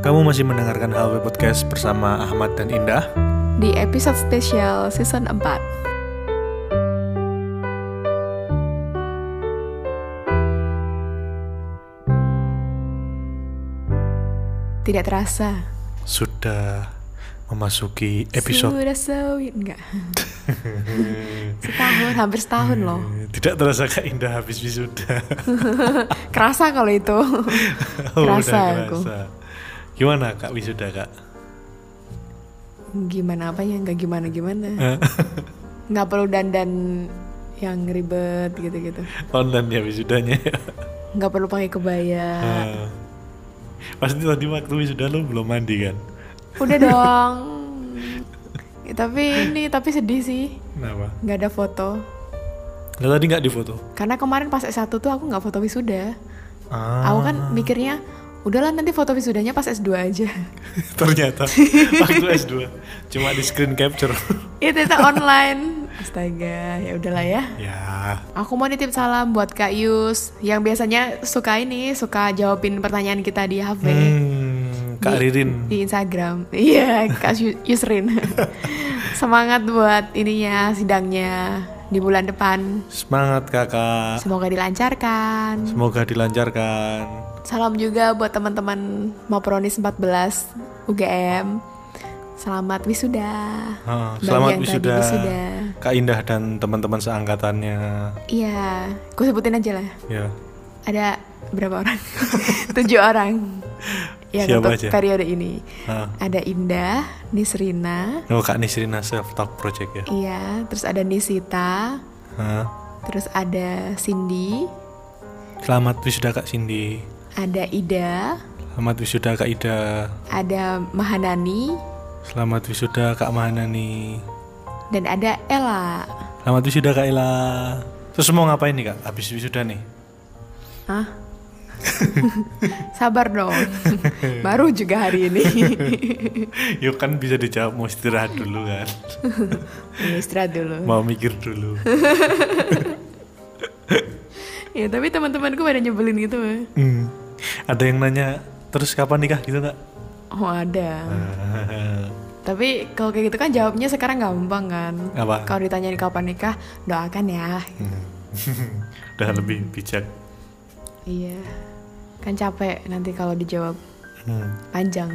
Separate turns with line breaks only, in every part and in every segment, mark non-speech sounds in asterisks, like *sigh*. Kamu masih mendengarkan HW Podcast bersama Ahmad dan Indah.
di episode spesial season 4. Tidak terasa.
Sudah memasuki episode
Sudah sewit enggak? *laughs* setahun, hampir setahun loh.
Eh, tidak terasa Kak Indah habis wisuda. *laughs* Oh,
Kerasa kalau itu. *laughs* Kerasa aku.
Gimana Kak wisuda Kak? *laughs*
gimana apanya? Enggak gimana-gimana.
Eh,
Enggak perlu dandan yang ribet gitu-gitu.
Online ya wisudanya.
Enggak perlu pakai kebaya.
Eh, Pasti tadi waktu wisuda lo belum mandi kan?
Udah dong. Eh, tapi ini tapi sedih sih.
Kenapa?
nggak ada foto
Lo tadi nggak difoto?
karena kemarin pas S1 tuh aku nggak foto wisuda
Ah,
aku kan mikirnya udahlah nanti foto wisudanya pas S2 aja
*laughs*
*laughs*
ternyata *laughs* waktu S2 cuma di screen capture.
itu itu online astaga ya udahlah ya
ya,
aku mau nitip salam buat Kak Yus yang biasanya suka ini suka jawabin pertanyaan kita di HP
Hmm, Kak
Di-
Ririn.
di Instagram *laughs* iya Kak Yu-
*laughs*
Yusrin semangat buat ininya sidangnya di bulan depan
Semangat kakak.
semoga dilancarkan
Ah. Semoga dilancarkan.
Salam juga buat teman-teman Mapronis 14 UGM. Selamat wisuda.
Ah,
Bagi
selamat
yang tadi
wisuda.
wisuda.
Kak Indah dan teman-teman seangkatannya.
Iya, gue sebutin aja lah.
Ya.
Ada berapa orang? *laughs* Tujuh orang. Yang
Siapa
untuk
aja?
periode ini.
Ah.
Ada Indah, Nisrina,
Oh, Kak Nisrina Self Talk Project ya.
iya, terus ada Nisita,
Ah.
terus ada Cindy,
Selamat wisuda Kak Cindy.
ada Ida,
Selamat wisuda Kak Ida.
ada Mahanani,
Selamat wisuda Kak Mahanani.
dan ada Ella.
Selamat wisuda Kak Ila. Terus mau ngapain nih Kak? Habis wisuda nih. *laughs*
Hah? *laughs* Sabar
*laughs*
dong. Baru juga hari ini. *laughs*
Yuk kan bisa dijawab mau istirahat dulu kan.
Ini istirahat dulu.
Mau mikir dulu.
Ya, tapi teman-temanku pada nyebelin gitu. eh.
Hmm. Ada yang nanya terus kapan nikah gitu Kak? *laughs*
Oh,
Eh.
ada. Tapi kalau kayak gitu kan jawabnya sekarang gampang kan.
Apa?
Kalau ditanyain kapan nikah, doakan ya.
Hmm. Udah lebih bijak.
Iya. Kan capek nanti kalau dijawab
Hmm.
panjang.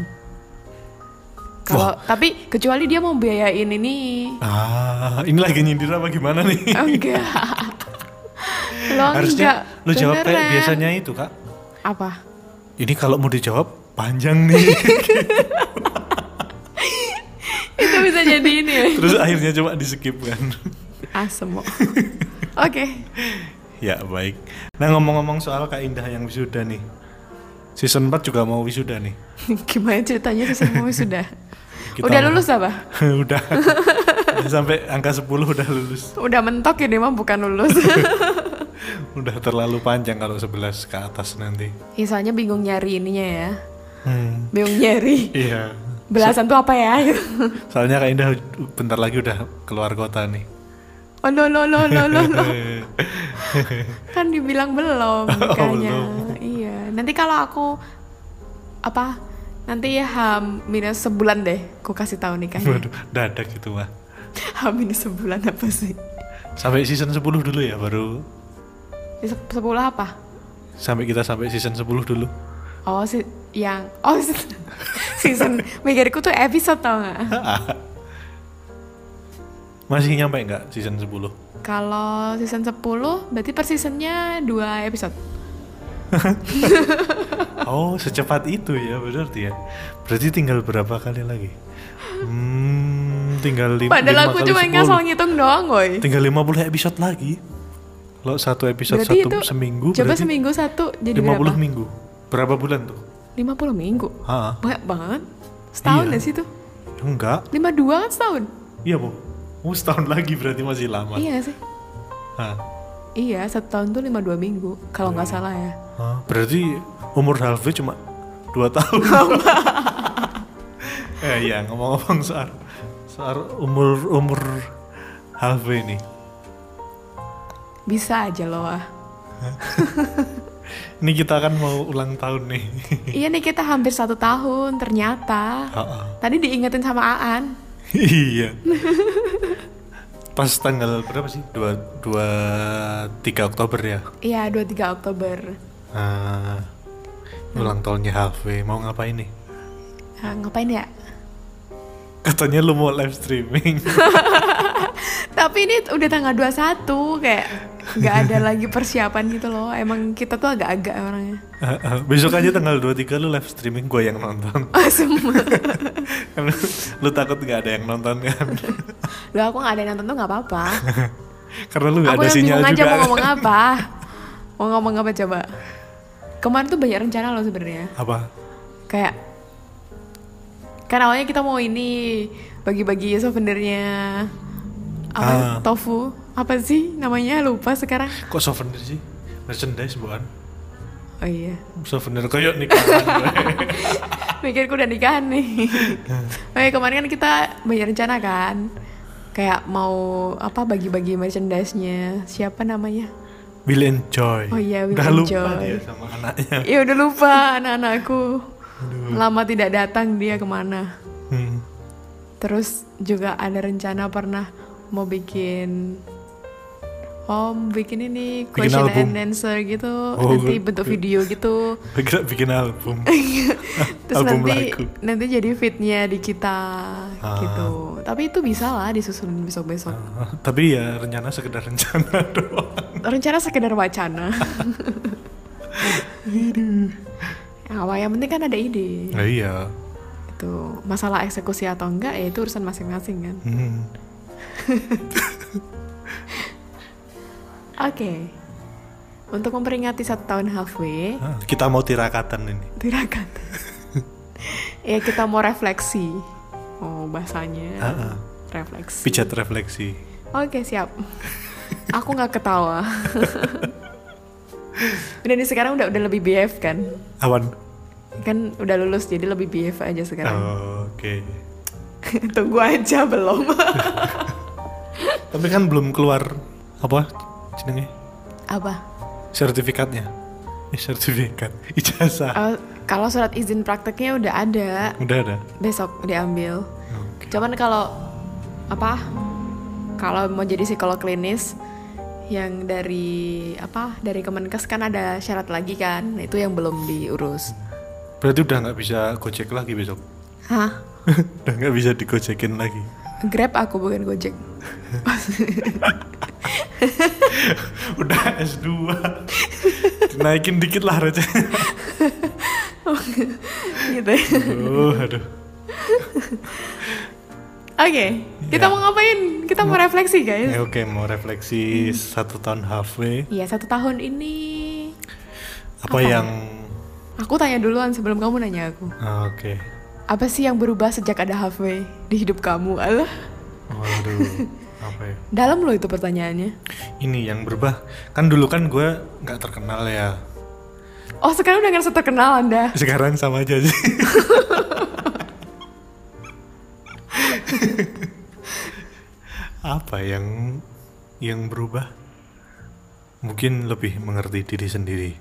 Kalau tapi kecuali dia mau biayain
*laughs*
ini.
Ah, ini lagi nyindir apa gimana nih?
Oh, enggak. Lo enggak.
Harusnya lu jawab kayak
beneran.
biasanya itu, Kak.
Apa?
Ini kalau mau dijawab panjang nih.
*laughs* itu bisa jadi ini ya
Terus akhirnya cuma di-skip kan.
asem kok. oke
ya, baik. Nah, ngomong-ngomong soal Kak Indah yang wisuda nih. Season 4 juga mau wisuda nih.
gimana ceritanya sih semua sudah
Kita
udah
mau-
lulus apa
*laughs*
*laughs*
udah. Udah sampai angka 10 udah lulus.
udah mentok ya dia mah bukan *laughs* lulus
Udah terlalu panjang kalau 11 ke atas nanti.
ya, soalnya bingung nyari ininya ya
Hmm.
bingung nyari
Iya.
belasan tuh apa ya
Soalnya Kak Indah bentar lagi udah keluar kota nih.
*laughs* oh lo lo lo lo lo lo.
Eh,
kan dibilang belum makanya
belum.
iya nanti kalau aku apa nanti ya ham minus sebulan deh aku kasih tahu
eh,
nikahnya
Waduh, dadak gitu mah.
ham minus sebulan apa sih
Sampai season 10 dulu ya baru
Ya, se- sepuluh apa
sampai kita sampai season 10 dulu.
Oh, si yang oh si- *laughs* season mikirku tuh episode tau nggak?
Masih nyampe nggak season 10?
Kalau season 10 berarti per seasonnya dua episode.
Oh, secepat itu ya berarti ya. Berarti tinggal berapa kali lagi? Hmm, tinggal lim- lima
Padahal aku
kali
cuma
10.
ngasal ngitung doang, woi.
Tinggal 50 episode lagi. Kalau satu episode
Berarti
satu
itu
seminggu
coba
berarti
seminggu satu jadi
50
berapa?
minggu. Berapa bulan tuh?
50 minggu.
Ha,
Banyak banget. Setahun
Iya.
ya situ.
enggak.
52 kan setahun.
Iya, Bu. Oh, setahun lagi berarti masih lama.
Iya nggak sih?
Hah.
Iya, satu tahun tuh 52 minggu kalau
Iya.
nggak salah ya.
Hah, Berarti umur Harvey cuma 2 tahun. *laughs* eh ya ngomong-ngomong soal soal umur umur Harvey nih.
Bisa aja loh. ah.
Ini kita kan mau ulang tahun *laughs* nih.
Iya nih kita hampir satu tahun ternyata.
Heeh.
Tadi diingetin sama Aan.
iya. *laughs* Pas tanggal berapa sih? 2 dua 3 Oktober ya.
Iya 23 Oktober.
Ah, ulang tahunnya Halfway. Mau ngapain nih?
Ah, ngapain ya?
Katanya lu mau live streaming. *laughs*
Tapi ini udah tanggal 21 kayak nggak
*laughs*
ada lagi persiapan gitu loh. Emang kita tuh agak-agak orangnya. *laughs*
Ah, ah, Besok aja tanggal 23 lu live streaming gue yang nonton.
Ah, Semua.
lu takut nggak ada yang nonton kan?
Loh aku nggak ada yang nonton tuh nggak apa-apa.
Karena lu *laughs* nggak
Aku
ada
yang
sinyal
bingung aja
juga.
mau
*laughs*
ngomong apa. Mau ngomong apa coba? Kemarin tuh banyak rencana loh sebenarnya.
Apa?
kayak kan awalnya kita mau ini bagi-bagi souvenirnya
Ah.
apa tofu apa sih namanya lupa sekarang
Kok souvenir sih? Merchandise bukan?
oh iya
Souvenir kayak nikahan gue.
mikirku udah nikahan
*laughs*
nih Oke kemarin kan kita banyak rencana kan kayak mau apa bagi-bagi merchandise-nya siapa namanya
Will and Joy.
Oh iya, Will
Udah
and
lupa
Joy.
dia sama anaknya.
ya udah lupa anak-anakku lama tidak datang dia kemana
Hmm.
Terus juga ada rencana pernah mau bikin Oh, mau bikin ini
Bikin
question
album.
and answer gitu,
Oh, gue-
nanti bentuk
gue-
video gitu.
Gue kira bikin
*laughs*
album.
Terus
Album
nanti
lagu.
nanti jadi fitnya di kita
Ah.
gitu. Tapi itu bisa lah disusun besok-besok.
Ah, Tapi ya rencana sekedar rencana *laughs* doang.
Rencana sekedar wacana. Awal yang penting kan ada ide.
Nah, iya.
Itu masalah eksekusi atau enggak ya itu urusan masing-masing kan.
Hmm.
Oke. Untuk memperingati satu tahun halfway,
Ah, Kita mau tirakatan ini.
tirakat. ya kita mau refleksi. Oh, bahasanya.
Ah, ah.
Refleksi.
Pijat refleksi.
Oke, siap. Aku nggak ketawa. udah nih sekarang udah udah lebih BF kan?
Awan.
Kan udah lulus jadi lebih BF aja sekarang.
Oh, Oke.
*laughs* Tunggu aja belum.
Tapi kan belum keluar apa jenenge?
*laughs* Apa?
Sertifikatnya. Eh, sertifikat. *laughs* Ijazah.
Eh, kalau surat izin prakteknya udah ada,
Udah ada. Hmm.
besok diambil.
Oke.
Cuman kalau apa? Kalau mau jadi psikolog klinis yang dari apa? Dari Kemenkes kan ada syarat lagi kan? Itu yang belum diurus.
Berarti udah nggak bisa gojek lagi besok. *laughs*
Hah?
udah nggak bisa digojekin lagi. *laughs*
Grab aku bukan Gojek.
udah S2. *laughs* Naikin dikit lah receh.
*laughs* gitu. ya.
*laughs* Aduh, aduh.
Oke, kita
Ya.
mau ngapain? Kita mau refleksi, guys.
Ya, Oke, mau refleksi satu tahun halfway.
Iya, satu tahun ini.
Apa,
Apa?
yang
Aku tanya duluan sebelum kamu nanya aku.
Ah, Oke.
Apa sih yang berubah sejak ada halfway di hidup kamu? Alah,
Waduh. apa ya?
dalam loh itu pertanyaannya.
Ini yang berubah. Kan dulu kan gue nggak terkenal ya.
Oh, sekarang udah ngerasa terkenal Anda.
Sekarang sama aja sih. apa yang yang berubah? Mungkin lebih mengerti diri sendiri.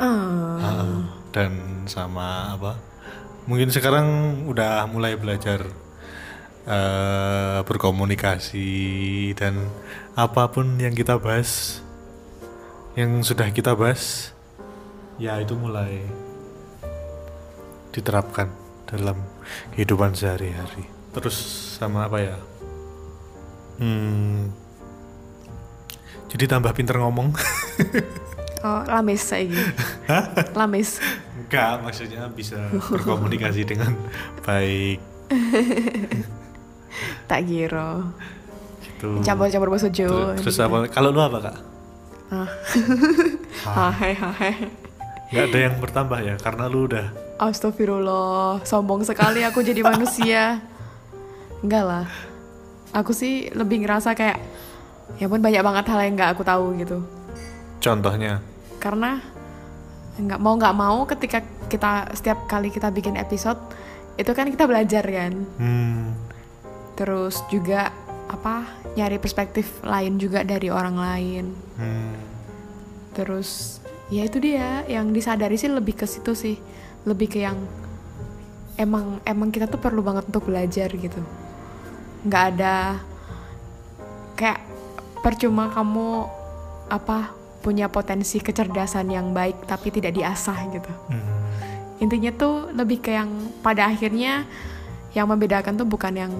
Ah.
Ah, dan sama apa mungkin sekarang udah mulai belajar eh, berkomunikasi dan apapun yang kita bahas yang sudah kita bahas ya itu mulai diterapkan dalam kehidupan sehari-hari terus sama apa ya hmm jadi tambah pinter ngomong *laughs*
Oh, lamis saya gini. lamis.
Enggak, maksudnya bisa berkomunikasi dengan baik
Tak kira.
gitu.
Campur-campur bahasa Jawa.
Terus
gitu.
apa? Kalau lu apa kak?
Ah. *laughs*
Ah,
Hai, hai.
nggak ada yang bertambah ya, karena lu udah.
Astagfirullah, sombong sekali aku jadi manusia. Enggak lah. Aku sih lebih ngerasa kayak ya pun banyak banget hal yang nggak aku tahu gitu.
Contohnya,
Karena nggak mau nggak mau ketika kita setiap kali kita bikin episode itu kan kita belajar kan.
hmm,
terus juga apa nyari perspektif lain juga dari orang lain
hmm,
terus ya itu dia yang disadari sih lebih ke situ sih lebih ke yang emang emang kita tuh perlu banget untuk belajar gitu nggak ada kayak percuma kamu apa punya potensi kecerdasan yang baik tapi tidak diasah gitu
Hmm.
intinya tuh lebih ke yang pada akhirnya yang membedakan tuh bukan yang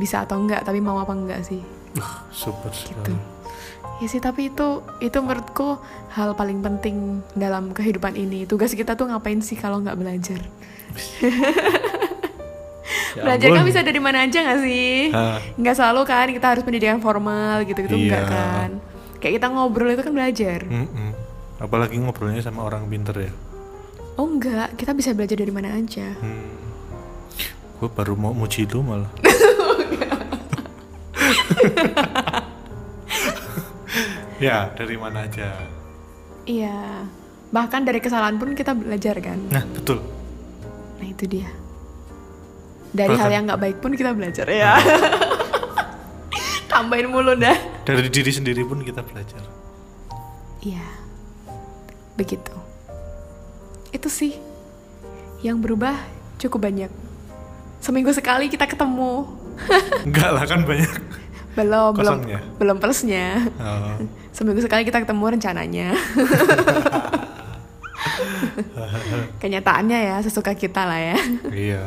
bisa atau enggak tapi mau apa enggak sih
Uh, super sekali.
gitu ya sih tapi itu itu menurutku hal paling penting dalam kehidupan ini tugas kita tuh ngapain sih kalau nggak belajar
Ya
belajar kan
ampun.
bisa dari mana aja nggak sih
Ah.
nggak selalu kan kita harus pendidikan formal gitu gitu nggak
Iya.
kan kayak kita ngobrol itu kan belajar
Mm-mm. hmm, Apalagi ngobrolnya sama orang pinter ya.
oh enggak kita bisa belajar dari mana aja
Hmm. Gue baru mau muji lu
*laughs*
malah. *laughs* ya dari mana aja.
iya bahkan dari kesalahan pun kita belajar kan
Nah betul.
Nah itu dia. Dari hal
Bahkan- Hmm.
yang nggak baik pun kita belajar ya. *laughs* Tambahin mulu dah.
Dari diri sendiri pun kita belajar.
Iya. Begitu. Itu sih yang berubah cukup banyak. Seminggu sekali kita ketemu.
Enggak lah kan banyak.
Belum, belum,
Kosongnya.
belum plusnya.
Oh.
Seminggu sekali kita ketemu
*laughs*
rencananya. Kenyataannya ya sesuka kita lah ya.
iya.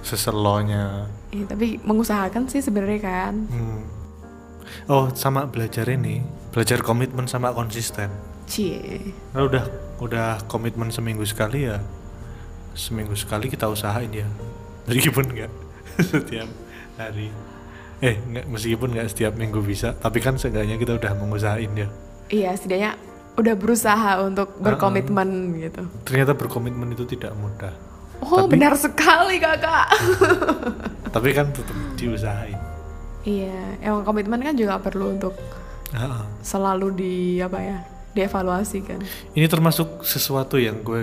Seselonya.
Eh, tapi mengusahakan sih sebenarnya kan.
Hmm. Oh sama belajar ini. Belajar komitmen sama konsisten.
Cie.
Nah, udah udah komitmen seminggu sekali ya. Seminggu sekali kita usahain ya. Meskipun nggak *laughs* setiap hari. Eh, nggak- meskipun nggak setiap minggu bisa, tapi kan seenggaknya kita udah mengusahain ya.
Iya, setidaknya udah berusaha untuk berkomitmen gitu.
Ternyata berkomitmen itu tidak mudah.
Oh,
Tapi-
*laughs* benar sekali kakak.
Tapi kan tetap diusahain.
iya, emang komitmen kan juga perlu untuk
Ah, ah.
selalu di apa ya, dievaluasi kan.
Ini termasuk sesuatu yang gue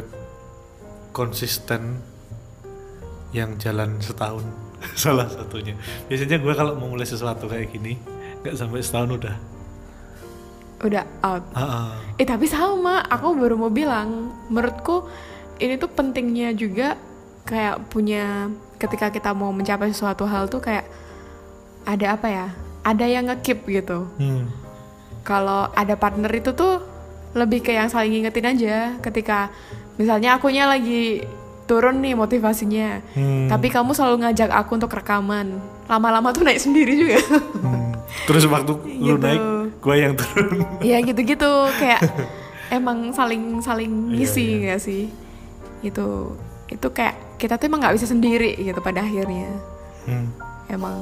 konsisten yang jalan setahun *laughs* salah satunya. Biasanya gue kalau mau mulai sesuatu kayak gini nggak sampai setahun udah.
Udah out.
Ah, ah.
Eh tapi sama, aku baru mau bilang, menurutku ini tuh pentingnya juga kayak punya ketika kita mau mencapai sesuatu hal tuh kayak ada apa ya? Ada yang nge-keep gitu.
Hmm.
kalau ada partner itu tuh lebih ke yang saling ngingetin aja ketika misalnya akunya lagi turun nih motivasinya
Hmm.
tapi kamu selalu ngajak aku untuk rekaman lama-lama tuh naik sendiri
*laughs*
juga
Hmm. Terus waktu lu
Gitu.
naik, gue yang turun.
ya gitu-gitu kayak emang saling saling
Iya,
ngisi nggak sih itu itu kayak kita tuh emang nggak bisa sendiri gitu pada akhirnya
Hmm.
emang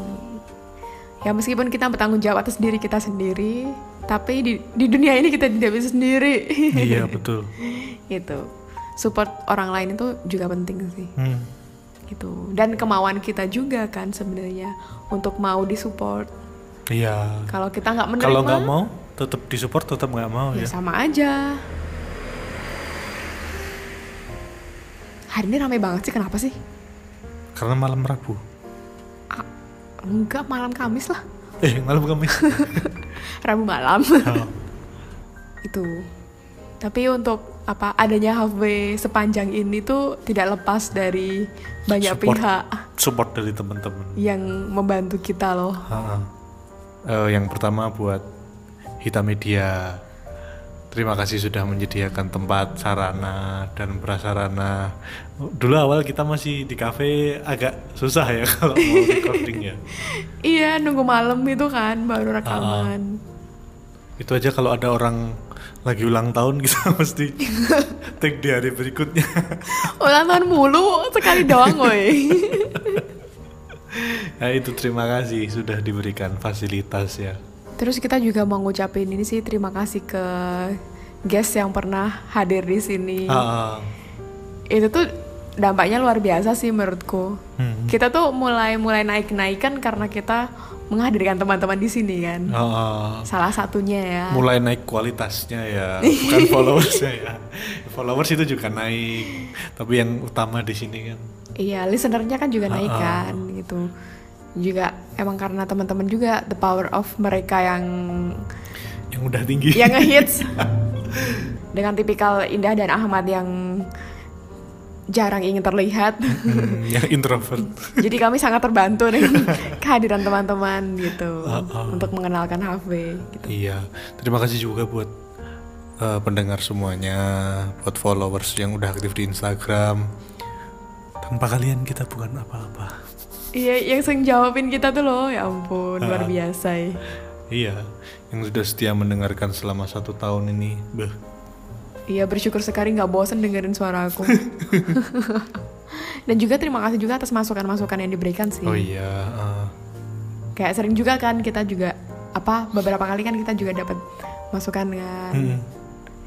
ya meskipun kita bertanggung jawab atas diri kita sendiri tapi di, di dunia ini kita tidak bisa sendiri
iya betul.
gitu support orang lain itu juga penting sih
Hmm.
gitu dan kemauan kita juga kan sebenarnya untuk mau disupport
Iya.
kalau kita nggak menerima
Kalau nggak mau, tetap disupport, tetap nggak mau ya.
ya sama aja hari ini ramai banget sih kenapa sih
Karena malam Rabu.
Ah, enggak malam Kamis lah
Eh malam Kamis.
Rabu malam *laughs*
Oh.
itu tapi untuk apa adanya halfway sepanjang ini tuh tidak lepas dari banyak
Support.
pihak
Support dari teman-teman.
yang membantu kita loh
Ah, ah. Eh, yang pertama buat Hita Media. Terima kasih sudah menyediakan tempat sarana dan prasarana. Dulu awal kita masih di kafe agak susah ya *laughs* kalau mau recording ya.
Iya, nunggu malam itu kan baru rekaman.
Itu aja kalau ada orang lagi ulang tahun *laughs* kita mesti take di hari berikutnya. *laughs* Ah.
Ulang tahun mulu sekali doang, woi.
Nah itu terima kasih sudah diberikan fasilitas ya.
Terus kita juga mau ngucapin ini sih terima kasih ke guest yang pernah hadir di sini.
Ah, ah.
Itu tuh dampaknya luar biasa sih menurutku.
Hmm.
Kita tuh mulai mulai naik naikan karena kita menghadirkan teman-teman di sini kan.
Ah, ah.
Salah satunya ya.
Mulai naik kualitasnya ya, *laughs* bukan followersnya ya. Followers itu juga naik, tapi yang utama di sini kan.
Iya, listenernya kan
Ah,
juga naik kan gitu. Juga emang karena teman-teman juga the power of mereka yang
Iya. Yang udah tinggi.
yang ngehits dengan tipikal Indah dan Ahmad yang jarang ingin
*laughs*
terlihat.
*laughs* Hmm, yang introvert
Jadi kami sangat terbantu
*laughs*
dengan kehadiran teman-teman gitu
Ah, ah.
untuk mengenalkan HV gitu.
iya terima kasih juga buat eh, pendengar semuanya buat followers yang udah aktif di Instagram tanpa kalian kita bukan apa-apa
Iya, yang sering jawabin kita tuh loh, ya ampun,
Ah.
luar biasa ya.
iya yang sudah setia mendengarkan selama satu tahun ini beh
Iya, bersyukur sekali nggak bosen dengerin suara
*laughs*
aku. Dan juga terima kasih juga atas masukan-masukan yang diberikan sih.
oh iya eh,
Kayak sering juga kan kita juga apa beberapa kali kan kita juga dapat masukan kan.
mm,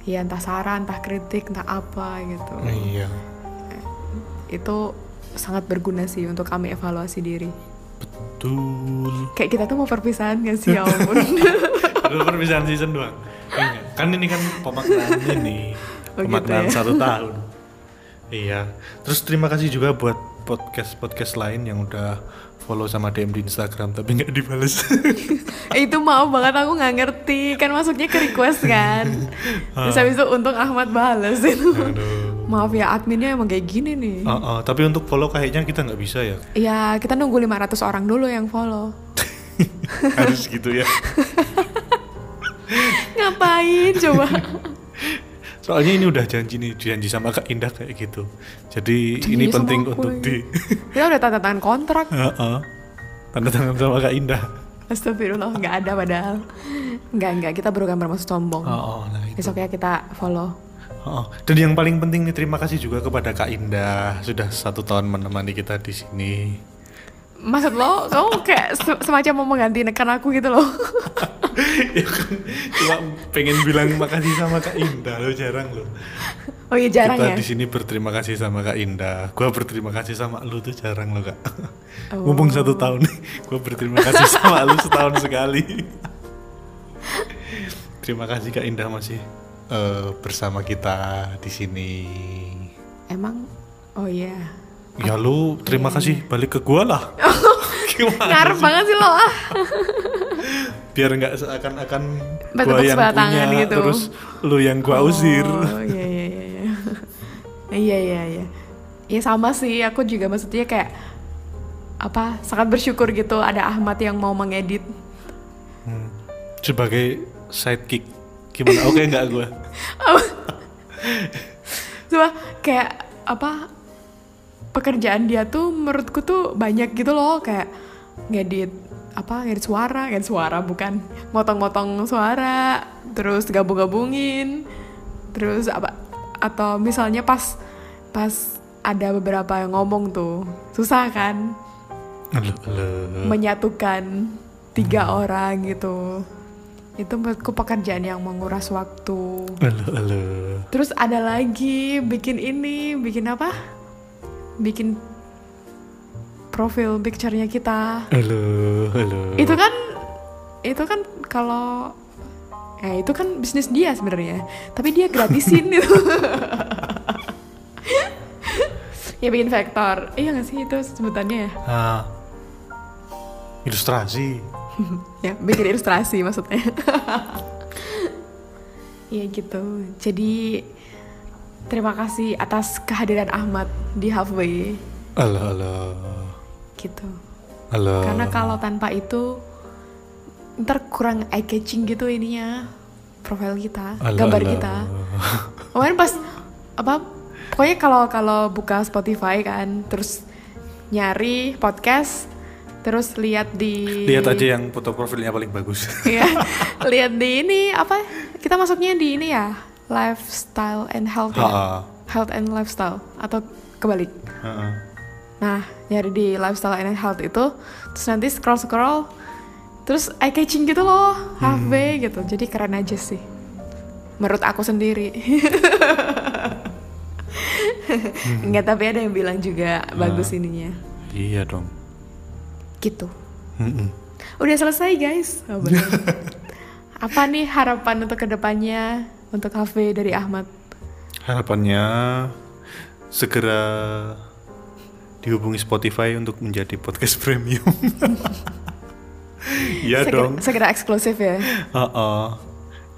Ya entah saran, entah kritik, entah apa gitu.
iya
Itu sangat berguna sih untuk kami evaluasi diri.
betul
Kayak kita tuh mau perpisahan gak sih ya ampun.
Dulu perpisahan season doang. Iya. Kan ini kan *laughs* pemaknaan ini.
Oh, gitu
Pemaknaan
ya.
satu tahun. Iya. Terus terima kasih juga buat podcast-podcast lain yang udah follow sama DM di Instagram tapi nggak dibales.
Eh, itu mau banget aku nggak ngerti kan masuknya ke request kan. Terus habis itu untung Ahmad bales itu.
Aduh.
Maaf ya adminnya emang kayak gini nih.
*laughs* Oh, oh, tapi untuk follow kayaknya kita nggak bisa ya.
Ya, kita nunggu 500 orang dulu yang follow.
*laughs* Harus gitu ya.
Ngapain coba?
Soalnya ini udah janji nih, janji sama Kak Indah kayak gitu. Jadi
Janji
ini
sama
penting
aku
untuk
lagi.
di *laughs*
Kita udah tanda tangan kontrak.
Oh, oh. tanda tangan sama Kak Indah.
Astagfirullah, nggak ada padahal. Nggak, nggak. Kita bukan bermaksud sombong.
Oh, oh, nah itu.
Besok ya kita follow.
Oh, dan yang paling penting nih terima kasih juga kepada Kak Indah sudah satu tahun menemani kita di sini. *laughs*
Maksud lo, kamu kayak se- semacam mau mengganti nekan aku gitu loh. *laughs*
ya kan cuma pengen bilang makasih sama Kak Indah lo jarang lo.
Oh iya, jarang
kita
ya?
di sini berterima kasih sama Kak Indah. Gua berterima kasih sama lu tuh jarang lo Kak.
Oh.
Mumpung satu tahun nih, gua berterima kasih sama lu setahun sekali. terima kasih Kak Indah masih eh, bersama kita di sini.
Emang, oh iya.
Ya lu terima kasih balik ke gua
*laughs*
lah. Gimana
Ngarep
sih?
banget sih lo ah.
biar nggak seakan-akan
Bertepuk
gua yang
sebelah
punya
tangan gitu.
terus lu yang gua usir
Oh iya iya iya iya. *laughs* iya iya iya. Ya sama sih, aku juga maksudnya kayak apa sangat bersyukur gitu ada Ahmad yang mau mengedit.
Hmm. sebagai sidekick
*laughs*
gimana oke nggak gua
Cuma kayak apa pekerjaan dia tuh menurutku tuh banyak gitu loh kayak ngedit apa ngedit suara ngedit suara bukan motong-motong suara terus gabung-gabungin terus apa atau misalnya pas pas ada beberapa yang ngomong tuh susah kan
Aduh, aduh.
menyatukan tiga orang gitu itu menurutku pekerjaan yang menguras waktu
Aduh, aduh.
terus ada lagi bikin ini bikin apa bikin profil picture-nya kita
Aduh, aduh.
itu kan itu kan kalau eh itu kan bisnis dia sebenarnya tapi dia gratisin itu *laughs* ya bikin vektor iya nggak sih itu sebutannya ya
Ah. ilustrasi
ya bikin ilustrasi maksudnya *laughs* ya gitu jadi terima kasih atas kehadiran Ahmad di halfway
aduh, aduh.
gitu
Aduh.
karena kalau tanpa itu ntar kurang eye catching gitu ininya profil kita
Aduh,
gambar
aduh.
kita kemarin pas apa pokoknya kalau kalau buka Spotify kan terus nyari podcast terus lihat di
lihat aja ya. yang foto profilnya paling bagus
*laughs* Iya, lihat di ini apa? Kita masuknya di ini ya, lifestyle and health, ya?
Ha-ha.
health and lifestyle atau kebalik.
Heeh.
Nah, nyari di lifestyle and health itu, terus nanti scroll scroll, terus eye catching gitu loh, halfway gitu. Jadi keren aja sih, menurut aku sendiri. Nggak tapi ada yang bilang juga bagus ininya,
iya dong
gitu.
Mm-mm.
Udah selesai guys. Oh, bener. Apa nih harapan untuk kedepannya untuk kafe dari Ahmad?
Harapannya segera dihubungi Spotify untuk menjadi podcast *laughs* premium. ya
segera,
dong.
segera eksklusif ya.
Uh-uh.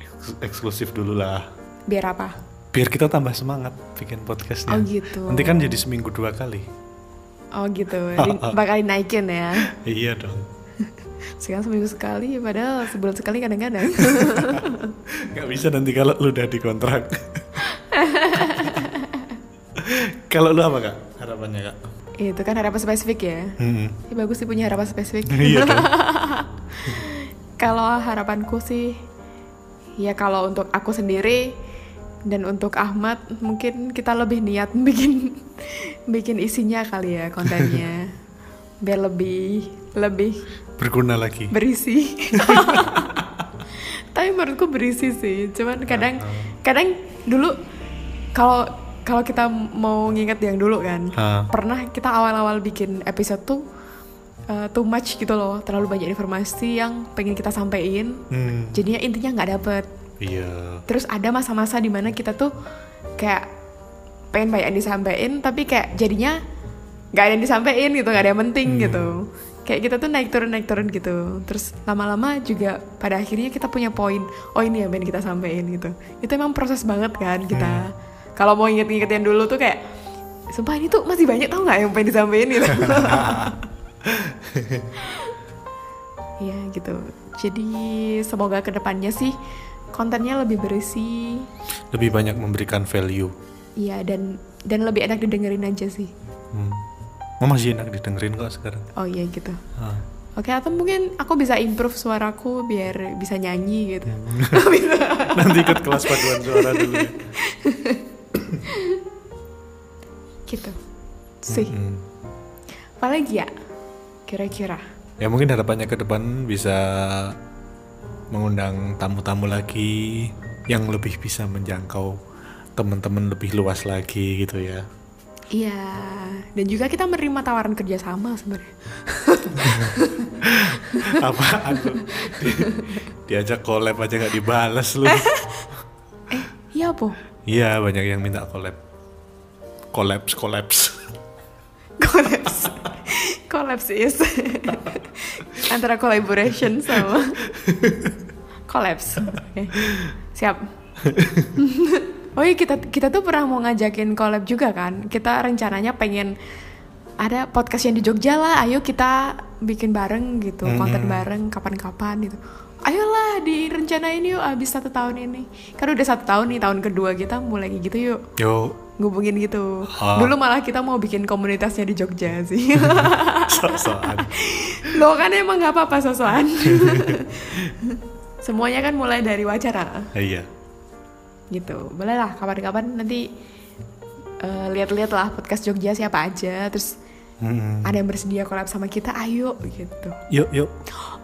Eks- Eksklusif dulu lah.
biar apa
biar kita tambah semangat bikin podcastnya
Oh, gitu.
nanti kan jadi seminggu dua kali
oh gitu Di- bakal naikin ya
iya dong
sekarang seminggu sekali padahal sebulan sekali kadang-kadang
nggak bisa nanti kalau lu udah
*laughs*
dikontrak kalau lu apa kak harapannya kak
itu kan harapan spesifik ya
Mm-mm.
Ya, bagus sih punya harapan spesifik
*laughs* iya dong
*laughs* Kalau harapanku sih, ya kalau untuk aku sendiri dan untuk Ahmad mungkin kita lebih niat *laughs* bikin bikin isinya kali ya kontennya biar lebih lebih
berguna lagi
berisi. Tapi menurutku berisi sih, cuman kadang kadang dulu kalau kalau kita mau nginget yang dulu kan,
Ah.
pernah kita awal-awal bikin episode tuh uh, too much gitu loh, terlalu banyak informasi yang pengen kita sampein,
Hmm,
jadinya intinya nggak dapet.
iya
Terus ada masa-masa dimana kita tuh kayak pengen banyak yang disampaikan, tapi kayak jadinya nggak ada yang disampaikan gitu, nggak ada yang penting gitu. Kayak kita tuh naik turun naik turun gitu. Terus lama-lama juga pada akhirnya kita punya poin, oh ini yang pengen kita sampaikan gitu. Itu emang proses banget kan kita. Kalau mau inget-inget yang dulu tuh kayak, sumpah ini tuh masih banyak tau nggak yang pengen disampaikan gitu. Iya gitu. Jadi semoga kedepannya sih kontennya lebih berisi,
lebih banyak memberikan value
Iya dan dan lebih enak didengerin aja sih.
hmm. Oh, masih enak didengerin kok sekarang
Oh iya gitu.
Ah.
Oke atau mungkin aku bisa improve suaraku biar bisa nyanyi gitu. Bisa.
*laughs* nanti ikut kelas paduan suara dulu ya.
gitu. Sih.
Hmm.
Apalagi ya? Kira-kira.
ya mungkin harapannya ke depan bisa mengundang tamu-tamu lagi yang lebih bisa menjangkau teman-teman lebih luas lagi gitu *laughs* ya
Iya. Dan juga kita menerima tawaran kerjasama sebenarnya.
apa aku *laughs* diajak collab aja nggak dibalas *laughs* lu
Iya po.
iya banyak yang minta collab collapse collapse
Collapse. Collapse is antara collaboration sama collapse. Oke. Siap. oh iya kita kita tuh pernah mau ngajakin collab juga kan. Kita rencananya pengen ada podcast yang di Jogja lah. Ayo kita bikin bareng gitu, konten bareng kapan-kapan gitu. Ayolah direncanain yuk abis satu tahun ini. Kan udah satu tahun nih tahun kedua kita mulai kayak gitu yuk
*laughs* yo
ngubungin gitu.
Ah.
Dulu malah kita mau bikin komunitasnya di Jogja sih. *laughs*
sok-sokan
Lo kan emang nggak apa-apa
*laughs*
sosokan. Semuanya kan mulai dari wawancara
iya
gitu. Boleh lah kapan-kapan nanti eh, lihat-lihat lah podcast Jogja siapa aja. Terus
Mm-mm.
ada yang bersedia collab sama kita, ayo gitu.
yuk yuk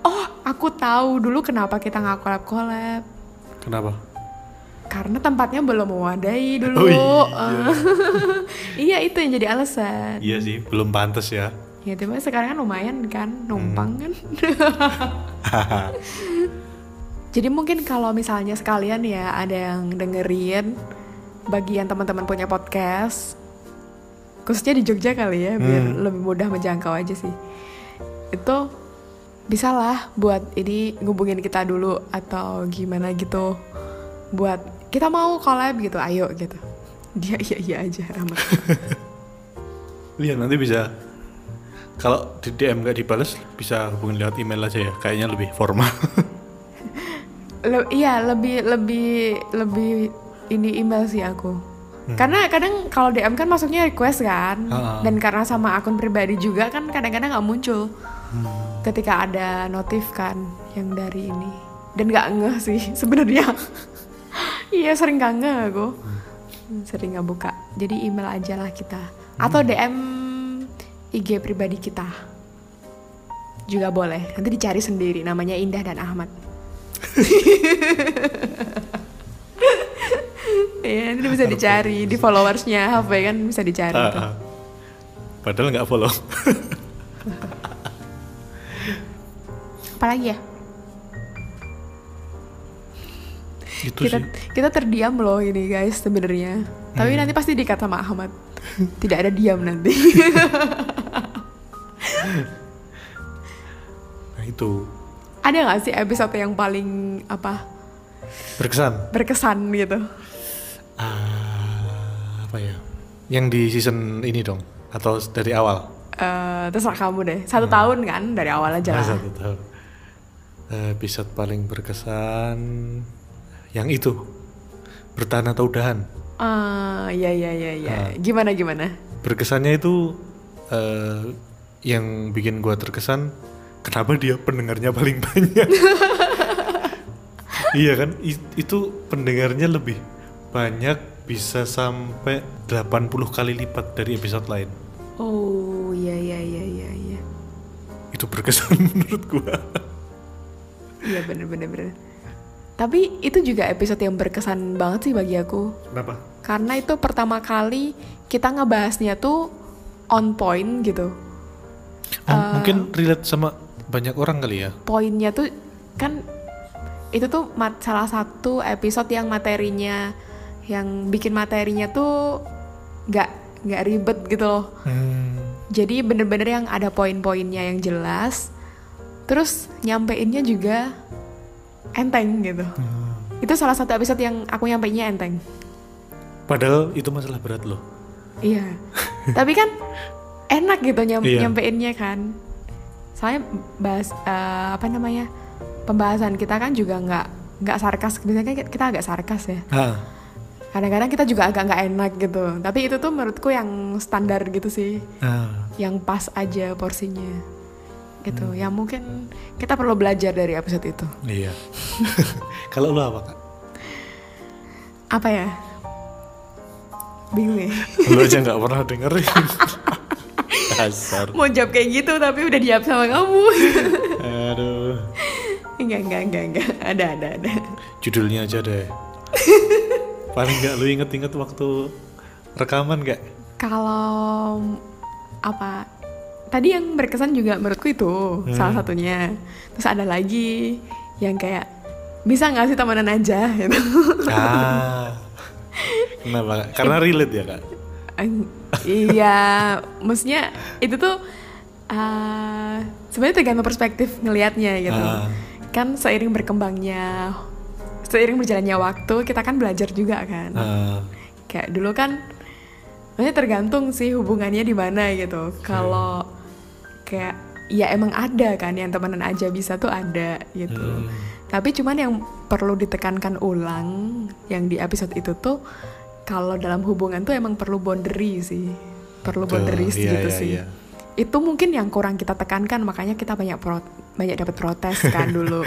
Oh, aku tahu dulu kenapa kita nggak collab collab.
kenapa
Karena tempatnya belum mewadai dulu.
Oh iya.
Eh, *laughs* iya itu yang jadi alasan.
iya sih belum pantas ya
Ya tapi sekarang kan lumayan kan numpang kan. *laughs* Jadi mungkin kalau misalnya sekalian ya ada yang dengerin bagi yang teman-teman punya podcast khususnya di Jogja kali ya biar lebih mudah menjangkau aja sih. Itu bisalah buat ini ngubungin kita dulu atau gimana gitu buat kita mau collab gitu ayo gitu. *laughs* Dia iya iya aja Rahmat.
iya nanti bisa kalau di DM nggak dibalas bisa hubungin lewat email aja ya kayaknya lebih formal
Le- iya lebih lebih lebih ini email sih aku karena kadang kalau DM kan masuknya request kan
Ha-ha.
dan karena sama akun pribadi juga kan kadang-kadang nggak muncul ketika ada notif kan yang dari ini dan nggak ngeh sih *laughs* sebenarnya iya sering nggak ngeh aku sering nggak buka jadi email aja lah kita
Hmm.
atau DM IG pribadi kita juga boleh nanti dicari sendiri namanya Indah dan
*laughs*
Ahmad Iya, ini bisa dicari di followersnya HP kan bisa dicari.
Ah,
tuh.
ah. *laughs* padahal nggak follow *laughs*
Apalagi ya?
gitu
Kita
sih Hmm.
kita terdiam loh ini guys sebenarnya. Tapi nanti pasti dikat sama
*laughs*
Ahmad. Tidak ada diam nanti. *laughs*
nah itu
ada nggak sih episode yang paling apa
berkesan
berkesan gitu?
Ah, apa ya? Yang di season ini dong atau dari awal?
Eh, terserah kamu deh satu tahun kan dari awal aja
Ah,
lah
satu tahun. Eh, Episode paling berkesan yang itu bertahan atau udahan.
Eh, ya ya ya ya gimana gimana
Berkesannya itu eh, yang bikin gua terkesan kenapa dia pendengarnya paling *laughs* banyak. iya kan? I- itu pendengarnya lebih banyak bisa sampai 80 kali lipat dari episode lain.
oh ya ya ya ya ya
Itu berkesan *laughs* menurut gua.
iya bener bener bener tapi itu juga episode yang berkesan banget sih bagi aku
Kenapa?
karena itu pertama kali kita ngebahasnya tuh on point gitu
M- mungkin relate sama banyak orang kali ya.
poinnya tuh kan itu tuh mat- salah satu episode yang materinya yang bikin materinya tuh nggak nggak ribet gitu loh
Hmm,
jadi bener-bener yang ada poin-poinnya yang jelas terus nyampeinnya juga enteng gitu
Hmm.
itu salah satu episode yang aku nyampeinnya enteng
Padahal itu masalah berat loh.
Iya. *laughs* Tapi kan enak gitu nyam
Iya.
nyampeinnya kan. Soalnya bahas eh, apa namanya? Pembahasan kita kan juga nggak nggak sarkas. Biasanya kan kita agak sarkas ya.
Ah,
Kadang-kadang kita juga agak nggak enak gitu. Tapi itu tuh menurutku yang standar gitu sih,
ah.
yang pas aja porsinya. Gitu. Ya mungkin kita perlu belajar dari episode itu.
iya. *laughs* Kalau lo apa kak?
Apa ya? Bingung ya.
Lo aja nggak pernah dengerin. Dasar.
*laughs* Mau jawab kayak gitu tapi udah diap sama kamu.
Aduh.
*laughs* enggak, enggak, enggak, enggak. Ada, ada, ada.
Judulnya aja deh. Paling nggak lo inget-inget waktu rekaman nggak?
Kalau apa tadi yang berkesan juga menurutku itu salah satunya. Terus ada lagi yang kayak bisa nggak sih temenan aja *laughs* gitu.
Ah. Kenapa? Kak? Karena relate ya kak.
Ang- iya, maksudnya itu tuh eh, sebenarnya tergantung perspektif ngelihatnya gitu.
Ah.
Kan seiring berkembangnya seiring berjalannya waktu kita kan belajar juga kan.
Ah,
kayak dulu kan maksudnya tergantung sih hubungannya di mana gitu kalau kayak ya emang ada kan yang temenan aja bisa tuh ada gitu
Hmm.
tapi cuman yang perlu ditekankan ulang yang di episode itu tuh kalau dalam hubungan tuh emang perlu boundary sih perlu
Betul,
boundaries
iya,
gitu
iya,
sih
iya.
itu mungkin yang kurang kita tekankan makanya kita banyak pro- banyak dapat protes
*laughs*
kan dulu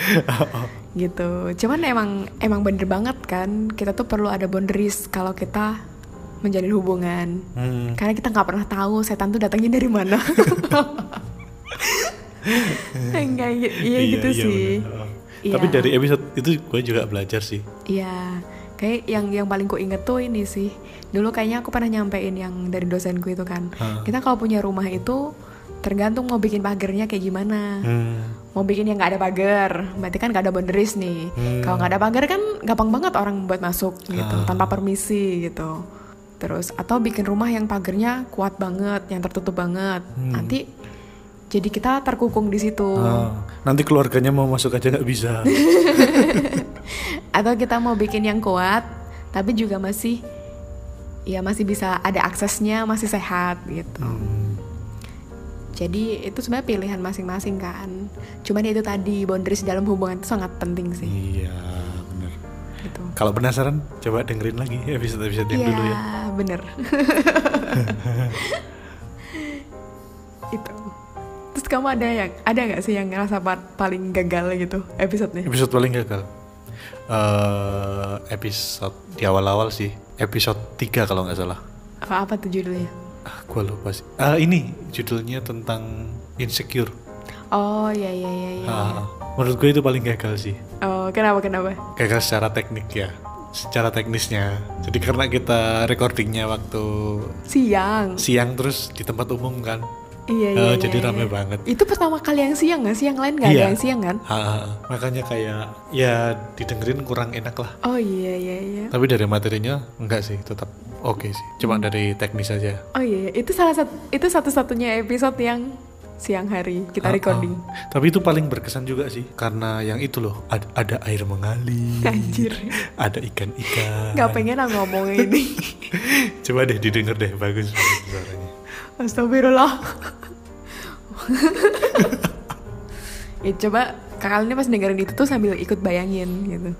gitu cuman emang emang bener banget kan kita tuh perlu ada boundaries kalau kita menjalin hubungan
Hmm.
karena kita nggak pernah tahu setan tuh datangnya dari mana enggak i- iya, gitu sih
bener. Ah.
Iya.
Tapi dari episode itu gue juga belajar sih.
Iya, kayak yang yang paling ku inget tuh ini sih. Dulu kayaknya aku pernah nyampein yang dari dosenku itu kan.
Ah.
Kita kalau punya rumah itu tergantung mau bikin pagernya kayak gimana.
Hmm.
Mau bikin yang nggak ada pagar, berarti kan nggak ada boundaries nih. Kalau nggak ada pagar kan gampang banget orang buat masuk gitu, tanpa permisi gitu. Terus atau bikin rumah yang pagernya kuat banget, yang tertutup banget. Nanti jadi kita terkukung di situ.
Ah, nanti keluarganya mau masuk aja nggak bisa.
*laughs* atau kita mau bikin yang kuat tapi juga masih ya masih bisa ada aksesnya masih sehat gitu
Hmm.
jadi itu sebenarnya pilihan masing-masing kan cuman itu tadi boundaries dalam hubungan itu sangat penting sih
iya, benar.
gitu
Kalau penasaran, coba dengerin lagi episode-episode
Iya.
yang dulu ya. *laughs*
bener itu terus kamu ada yang ada nggak sih yang ngerasa pa- paling gagal gitu episode-nya
Episode paling gagal. Eh, episode di awal-awal sih, episode 3 kalau nggak salah.
apa apa tuh judulnya
Ah, gua lupa sih. Ah, ini judulnya tentang insecure.
oh ya ya ya ya
Ah, menurut gue itu paling gagal sih.
oh kenapa kenapa
gagal secara teknik ya secara teknisnya jadi karena kita recordingnya waktu
siang
siang terus di tempat umum kan Eh,
Iya, iya, iya,
jadi
iya.
rame banget
Itu pertama kali yang siang nggak sih? Yang lain nggak ada
Iya.
yang siang kan?
Ah, ah, ah. makanya kayak ya didengerin kurang enak lah
Oh iya iya iya.
tapi dari materinya enggak sih tetap oke sih cuma dari teknis aja
Oh iya, iya. itu salah satu itu satu-satunya episode yang siang hari kita
Uh-uh.
recording.
Tapi itu paling berkesan juga sih karena yang itu loh ad- ada, air mengalir.
Anjir.
*laughs* Ada ikan-ikan.
Gak pengen ah ngomong ini.
*laughs* Coba deh didengar deh bagus banget
*laughs*
suaranya.
Astagfirullah. ya coba kakak ini pas dengerin itu tuh sambil ikut bayangin gitu.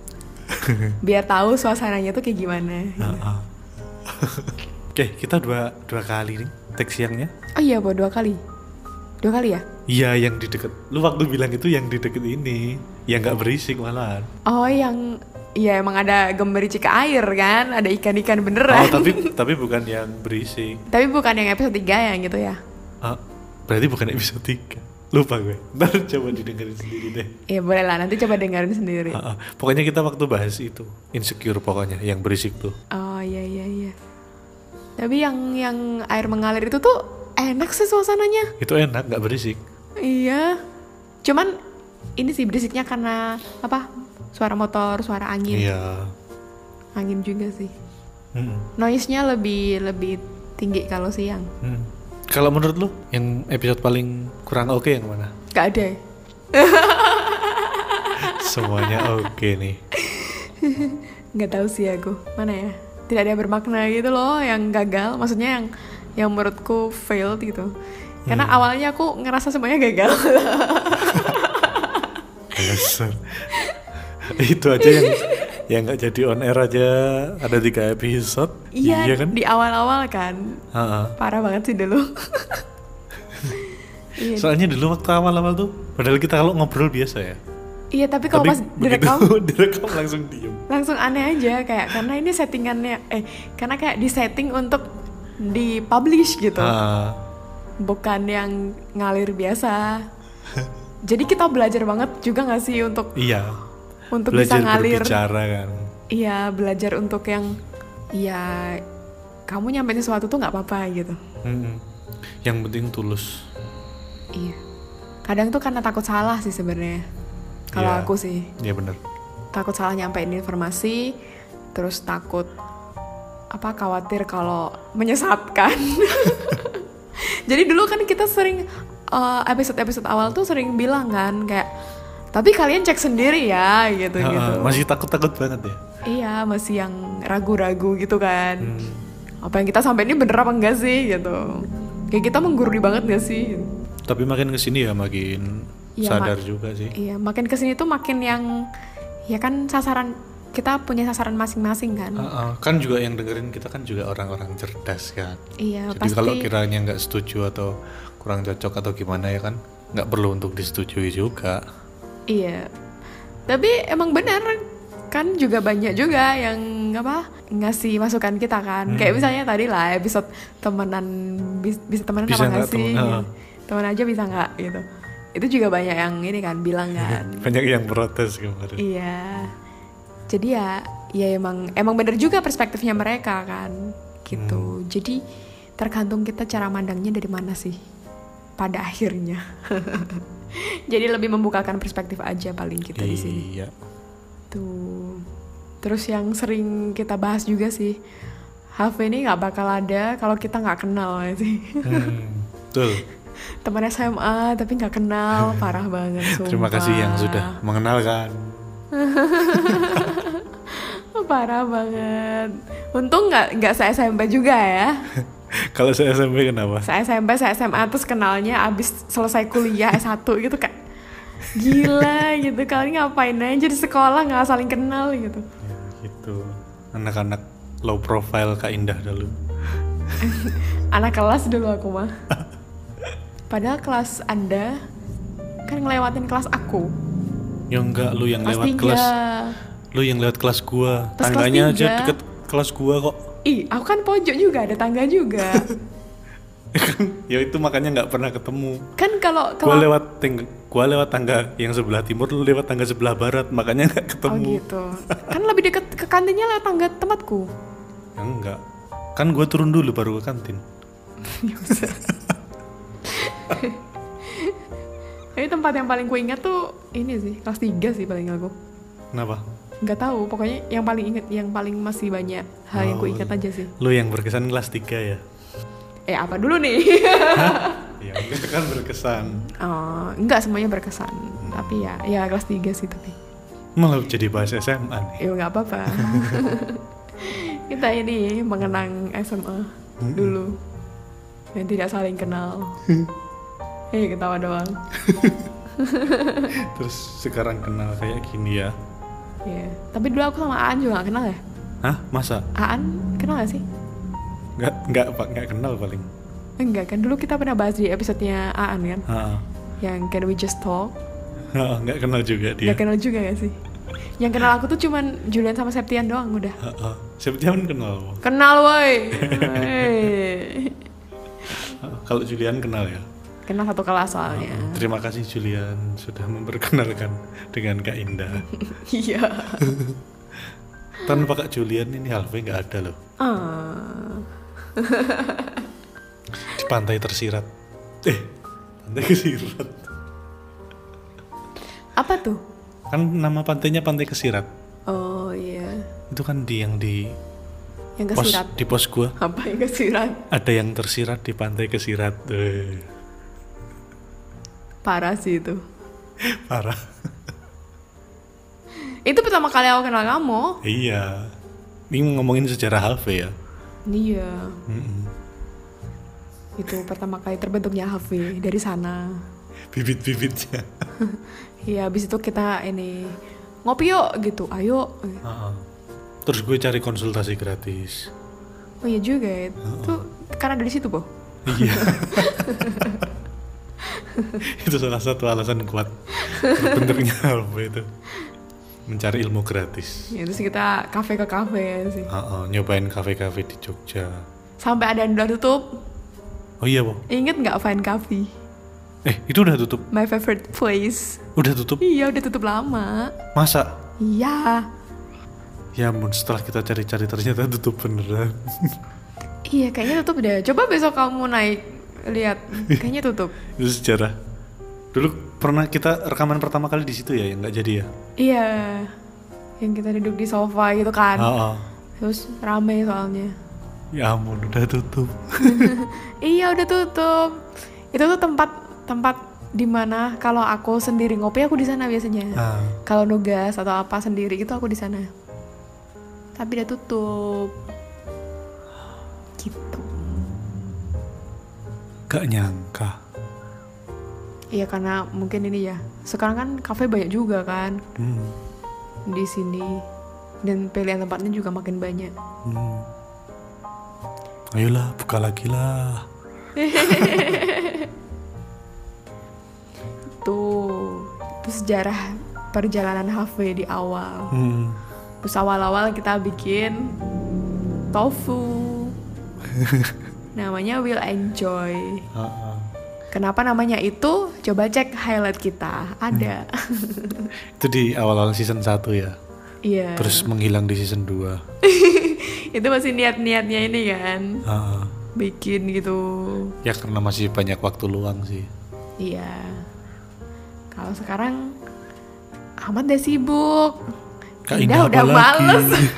Biar tahu suasananya tuh kayak gimana.
Uh-uh. Oke, kita dua dua kali nih tag siangnya.
Oh iya, buat dua kali. Dua kali ya?
Iya, yang di deket. Lu waktu bilang itu yang di deket ini, yang nggak berisik malahan.
Oh yang ya emang ada gemericik air kan, ada ikan-ikan
Oh,
beneran.
tapi
tapi...
tapi bukan yang berisik.
bukan yang episode 3 yang gitu ya.
Ah, berarti bukan episode 3. Lupa gue. *laughs* Ntar coba didengerin sendiri deh.
Ya boleh lah, nanti coba dengerin sendiri.
Ah, ah. Pokoknya kita waktu bahas itu insecure pokoknya yang berisik tuh.
Oh iya iya iya. Tapi yang yang air mengalir itu tuh enak sih suasananya.
Itu enak nggak berisik.
Iya. Cuman ini sih berisiknya karena apa? Suara motor, suara angin.
Iya.
Angin juga sih.
Mm-mm.
Noise-nya lebih lebih tinggi kalau siang.
Mm. Kalau menurut lu yang episode paling kurang oke yang
*laughs*
mana?
Gak ada. ya?
Semuanya oke nih.
nggak tahu sih aku mana ya tidak ada yang bermakna gitu loh yang gagal maksudnya yang yang menurutku failed gitu karena awalnya aku ngerasa semuanya gagal *laughs*
Alasan. *laughs* itu aja yang yang nggak jadi on air aja ada tiga episode.
iya
kan?
di awal-awal kan
Ah, ah.
parah banget sih dulu iya,
Soalnya dulu waktu awal-awal tuh, padahal kita kalau ngobrol biasa ya.
iya tapi kalau pas direkam
begitu *laughs* direkam langsung diem.
langsung aneh aja kayak karena ini settingannya eh karena kayak di setting untuk di publish gitu
Ah,
bukan yang ngalir biasa jadi kita belajar banget juga nggak sih untuk
iya.
untuk
Belajar
bisa ngalir
berbicara kan.
iya belajar untuk yang ya kamu nyampein sesuatu tuh nggak apa-apa gitu
Mm-mm. Yang penting tulus.
iya kadang tuh karena takut salah sih sebenarnya kalau
Iya.
aku sih
Ya benar.
takut salah nyampein informasi terus takut apa khawatir kalau menyesatkan *laughs* jadi dulu kan kita sering eh, episode-episode awal tuh sering bilang kan kayak tapi kalian cek sendiri ya gitu
Ah,
gitu
ah, masih takut-takut banget ya.
Iya, masih yang ragu-ragu gitu kan.
Hmm.
Apa yang kita sampai ini bener apa enggak sih gitu. Kayak kita menggurui banget gak sih?
Tapi makin kesini ya makin
Iya,
sadar
Mak.
juga sih.
Iya, makin kesini tuh makin yang ya kan sasaran kita punya sasaran masing-masing kan.
Ah, ah. kan juga yang dengerin kita kan juga orang-orang cerdas kan.
iya,
Jadi
pasti.
kalau kiranya nggak setuju atau kurang cocok atau gimana ya kan nggak perlu untuk disetujui juga.
Iya. Tapi emang benar kan juga banyak juga yang apa ngasih masukan kita kan. Kayak
Hmm.
misalnya tadi lah episode temenan bis- bisa temenan
Bisa
apa nggak
nggak
sih?
temen-
gitu.
ah.
Temen aja bisa nggak gitu. Itu juga banyak yang ini kan
*laughs*
bilang kan.
Banyak yang protes kemarin.
iya. Jadi ya ya emang emang benar juga perspektifnya mereka kan gitu.
Hmm.
Jadi tergantung kita cara mandangnya dari mana sih pada akhirnya. *laughs* Jadi lebih membukakan perspektif aja paling kita di sini.
Iya.
Tuh. Terus yang sering kita bahas juga sih, HP ini nggak bakal ada kalau kita nggak kenal ya sih. *laughs*
Hmm, Betul.
Teman SMA tapi nggak
*laughs*
kenal, parah banget.
Terima kasih yang
sumpah.
sudah mengenalkan.
Oh, Parah banget. Untung nggak nggak se SMP juga ya.
*laughs* kalau saya SMP kenapa?
Se SMP, se SMA terus kenalnya abis selesai kuliah S1 gitu kayak gila gitu kalian ngapain aja di sekolah nggak saling kenal gitu
Ya, gitu. Anak-anak low profile Kak Indah dulu.
anak kelas dulu aku
*laughs*
mah padahal kelas anda kan ngelewatin kelas aku
Ya enggak lu yang
kelas
lewat
tiga
kelas. Lu yang lewat kelas gua.
Pas kelas
Tangganya aja
tiga.
deket kelas gua kok. *laughs*
ih aku kan pojok juga ada tangga juga
ya itu makanya nggak pernah ketemu.
kan kalau
Gua
kelas
lewat tangga, gua lewat tangga yang sebelah timur, lu lewat tangga sebelah barat, makanya nggak
oh
ketemu.
gitu kan lebih deket ke kantinnya lewat tangga tempatku
Ya enggak. Kan gua turun dulu baru ke kantin.
Tapi tempat yang paling ku ingat tuh ini sih kelas 3 sih paling aku
Kenapa?
nggak tahu pokoknya yang paling inget yang paling masih banyak hal yang ku
Oh.
ingat aja sih
Lu yang berkesan kelas 3 ya?
eh apa dulu nih *laughs*
Ya ya mungkin itu kan berkesan
Eh, nggak semuanya berkesan tapi ya ya kelas 3 sih tapi
malah jadi bahas SMA nih
ya nggak apa-apa kita ini mengenang SMA dulu yang tidak saling kenal eh ketawa doang
terus sekarang kenal kayak gini ya
Iya. tapi dulu aku sama Aan juga gak kenal ya
hah masa
Aan kenal gak sih
nggak nggak pak nggak kenal paling
enggak kan dulu kita pernah bahas di episodenya Aan kan
Ah,
yang can we just talk
ah, nggak kenal juga dia
nggak kenal juga gak sih yang kenal aku tuh cuman Julian sama Septian doang udah
Ah, ah. siapa tahu kan kenal Pak.
kenal woi Woi.
Ah, kalau Julian kenal ya
kenal satu kelas soalnya
terima kasih Julian sudah memperkenalkan dengan Kak Indah
iya
tanpa Kak Julian ini Halve nggak ada loh
Ah.
di pantai tersirat eh pantai kesirat
apa tuh
kan nama pantainya pantai kesirat
oh iya
itu kan di yang di
yang
pos
kesirat
di pos gua
apa yang kesirat
ada yang tersirat di pantai kesirat Eh,
parah sih itu
parah
itu pertama kali aku kenal kamu
iya ini ngomongin sejarah Halve ya
iya
Mm-mm.
itu pertama kali terbentuknya Hafi dari sana
bibit-bibitnya
Iya, habis itu kita ini ngopi yuk gitu, ayo.
Ah, ah. terus gue cari konsultasi gratis *laughs*
Oh iya juga ya, itu karena dari situ, Bo.
iya itu salah satu alasan kuat terbentuknya *laughs* Halve itu mencari ilmu gratis
Ya, terus kita kafe ke kafe ya sih.
Ah, ah, nyobain kafe-kafe di Jogja
Sampai ada yang udah tutup,
oh iya bu
inget nggak Fine Coffee?
eh itu udah tutup
My favorite place.
udah tutup
Iya, udah tutup lama.
masa
Iya.
Ya ampun, setelah kita cari-cari ternyata tutup beneran. *laughs*
Iya, kayaknya tutup deh. Coba besok kamu naik lihat, kayaknya tutup.
Itu sejarah. Dulu pernah kita rekaman pertama kali di situ ya, yang nggak jadi ya.
Iya. Yang kita duduk di sofa gitu
Ah,
kan.
ah.
Terus rame soalnya.
Ya ampun, udah tutup.
Iya udah tutup. Itu tuh tempat tempat dimana kalau aku sendiri ngopi aku di sana biasanya.
Ah,
Kalau nugas atau apa sendiri itu aku di sana. Tapi udah tutup. Gitu.
gak nyangka.
Iya karena mungkin ini ya. Sekarang kan kafe banyak juga kan
Hmm,
di sini dan pilihan tempatnya juga makin banyak.
hmm. Ayolah, buka lagi lah.
Tuh, itu sejarah perjalanan halfway di awal.
Hmm.
Terus awal-awal kita bikin tofu. namanya Will Enjoy.
Ah, ah.
Kenapa namanya itu? Coba cek highlight kita. Ada.
Itu di awal-awal season 1 ya.
Iya.
Terus menghilang di season 2.
itu masih niat-niatnya ini kan.
Ah, ah.
Bikin gitu.
Ya karena masih banyak waktu luang sih.
Iya. Kalau sekarang Ahmad udah sibuk.
Kak
Indah
Indah
udah
apa lagi? *laughs*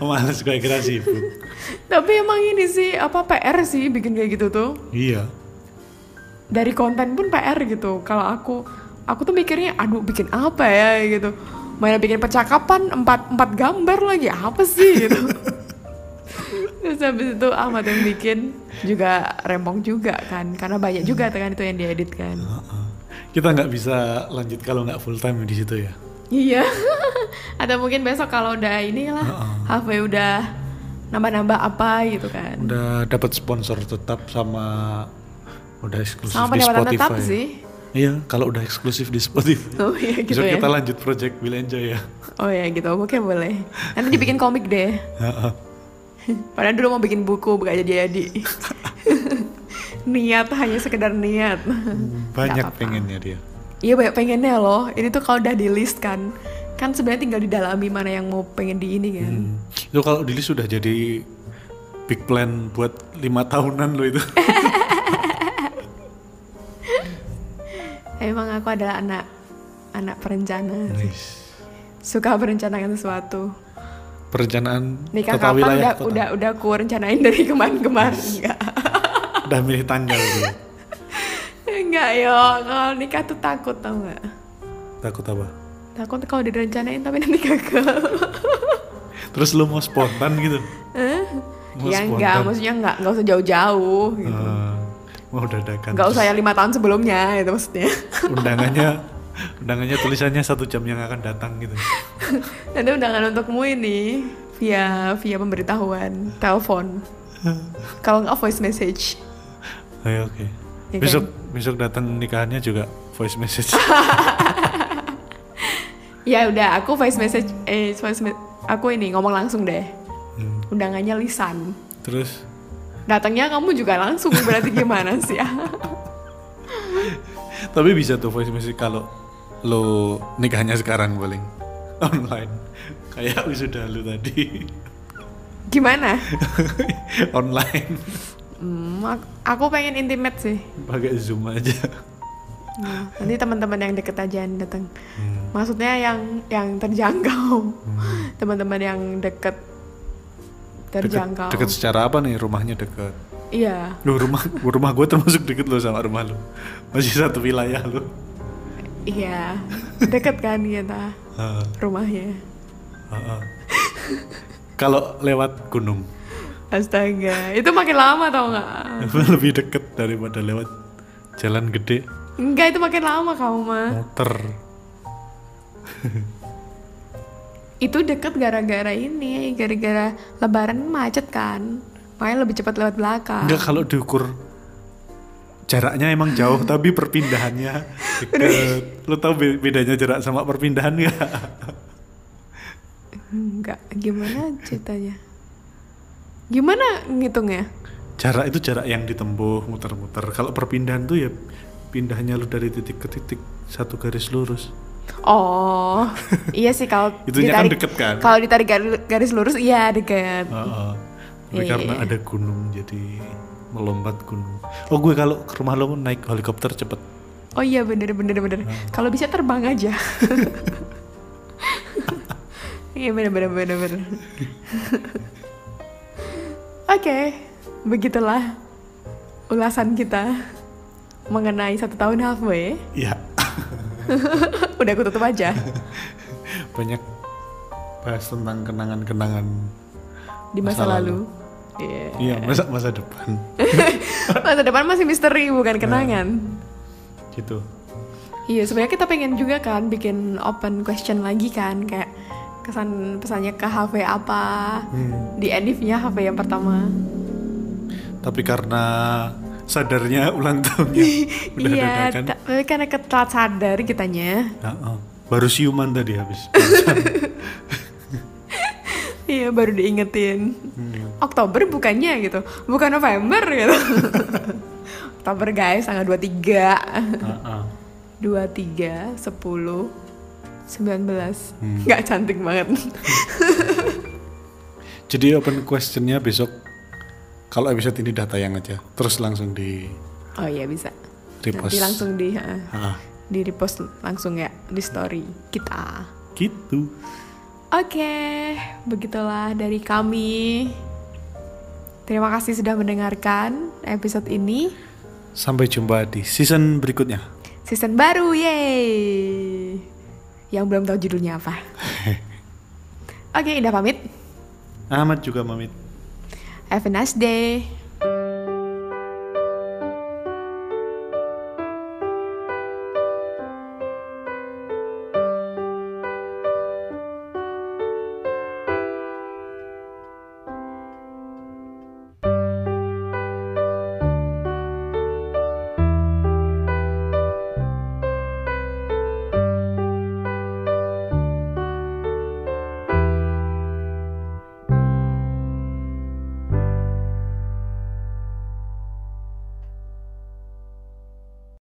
Oh, males
males.
gue kira sibuk.
*laughs* Tapi emang ini sih apa PR sih bikin kayak gitu tuh.
iya.
dari konten pun PR gitu. Kalau aku aku tuh mikirnya aduh bikin apa ya gitu. Mana bikin percakapan empat empat gambar lagi apa sih gitu. *laughs* Terus habis itu Ahmad yang bikin juga rempong juga kan karena banyak juga kan itu yang diedit kan.
Heeh. Kita nggak bisa lanjut kalau nggak full time di situ ya.
Iya. *laughs* Atau mungkin besok kalau udah inilah HP udah nambah-nambah apa gitu kan.
Udah dapat sponsor tetap sama udah eksklusif
Sama
di Spotify.
pendapatan tetap sih.
Iya, kalau udah eksklusif di Spotify.
Oh iya gitu
Besok
ya.
kita lanjut project Will Enjoy ya.
Oh ya gitu, mungkin boleh. Nanti dibikin komik deh.
Heeh.
Padahal dulu mau bikin buku gak
*laughs*
jadi-jadi. niat hanya sekedar niat.
Banyak
apa-apa.
pengennya dia.
Iya banyak pengennya loh. Ini tuh kalau udah di list kan, kan sebenarnya tinggal didalami mana yang mau pengen di ini kan.
Hmm. Itu kalau di list sudah jadi big plan buat lima tahunan loh itu.
Eh. Emang aku adalah anak anak perencana, sih.
Nice.
suka merencanakan sesuatu.
Perencanaan
Nikah
tata
kapan
wilayah
udah,
kota.
udah udah aku rencanain dari kemarin-kemarin enggak.
udah milih tanggal tuh
Enggak yo, kalau nikah tuh takut tau nggak?
takut apa
Takut kalau direncanain tapi nanti gagal.
terus lu mau spontan gitu Mau
ya enggak,
spontan.
maksudnya enggak, enggak usah jauh-jauh gitu.
Eh, mau dadakan
Enggak usah ya. yang lima tahun sebelumnya itu
*laughs*
maksudnya.
undangannya undangannya tulisannya satu jam yang akan datang gitu
Nanti undangan untukmu ini via via pemberitahuan telepon. Kalau nggak voice message.
Oke oke.
Ya kan?
besok besok datang nikahannya juga voice
*laughs*
message.
Ya udah, aku voice message eh voice me- aku ini ngomong langsung deh.
Hmm,
Undangannya lisan.
Terus
Datangnya kamu juga langsung berarti gimana sih *laughs* ya?
tapi bisa tuh voice message kalau lo nikahnya sekarang paling *laughs* online. Kayak sudah lu tadi *laughs*
Gimana?
online
Hmm, ak- aku pengen intimate sih.
pakai zoom aja.
Nah, nanti teman-teman yang deket aja yang datang.
Hmm,
Maksudnya yang yang terjangkau.
hmm.
Teman-teman yang deket
Deket-
terjangkau.
Deket secara apa nih rumahnya deket?
Iya.
Lu rumah rumah gue termasuk deket lo sama rumah lo. Masih satu wilayah lo.
Iya. Deket kan kita
Ah,
rumahnya.
ah, ah. Kalau lewat gunung
Astaga, itu makin lama tau nggak?
*laughs* lebih deket daripada lewat jalan gede
Enggak, itu makin lama kamu mah.
muter
Itu deket gara-gara ini, gara-gara lebaran macet kan. Makanya lebih cepat lewat belakang.
enggak kalau diukur jaraknya emang *laughs* jauh tapi perpindahannya deket lo tau be- bedanya jarak sama perpindahan nggak
Enggak, gimana ceritanya? Gimana ngitungnya?
jarak itu jarak yang ditempuh muter-muter kalau perpindahan tuh ya pindahnya lu dari titik ke titik satu garis lurus *laughs*
Oh, iya sih kalau
Itunya kan deket kan?
Kalau ditarik gari- garis lurus, iya deket.
Heeh. Tapi
Iya,
karena
iya, iya.
ada gunung jadi melompat gunung oh gue kalau ke rumah lo naik helikopter cepet
Oh iya bener bener bener. Kalau bisa terbang aja. *laughs* Iya bener bener bener bener. *laughs* Oke, begitulah ulasan kita mengenai satu tahun halfway. *laughs*
ya
Udah aku tutup aja.
banyak bahas tentang kenangan-kenangan
di masa,
Masa
lalu. Iya.
iya masa masa depan
masa depan masih misteri bukan kenangan.
gitu
Iya, sebenarnya kita pengen juga kan bikin open question lagi kan kayak kesan pesannya ke HV apa di edifnya HV yang pertama.
tapi karena sadarnya *laughs* ulang tahunnya
*laughs*
udah
iya,
dadakan
ta- tapi karena ketat sadar kitanya.
Heeh. baru siuman tadi
*laughs*
habis
Iya, baru diingetin.
Hmm.
Oktober bukannya gitu. Bukan November
*laughs*
gitu. Oktober guys, tanggal 23.
Heeh.
23, 10, 19.
Hmm.
Nggak cantik banget.
jadi open questionnya besok kalau episode ini udah tayang aja terus langsung di
Oh iya bisa.
repost
Nanti langsung di ha,
Heeh.
di repost langsung ya di story kita.
gitu
Oke, begitulah dari kami. Terima kasih sudah mendengarkan episode ini.
sampai jumpa di season berikutnya
Season baru, yeay. Yang belum tahu judulnya apa. Oke, Indah pamit.
Ahmad juga pamit
Have a nice day.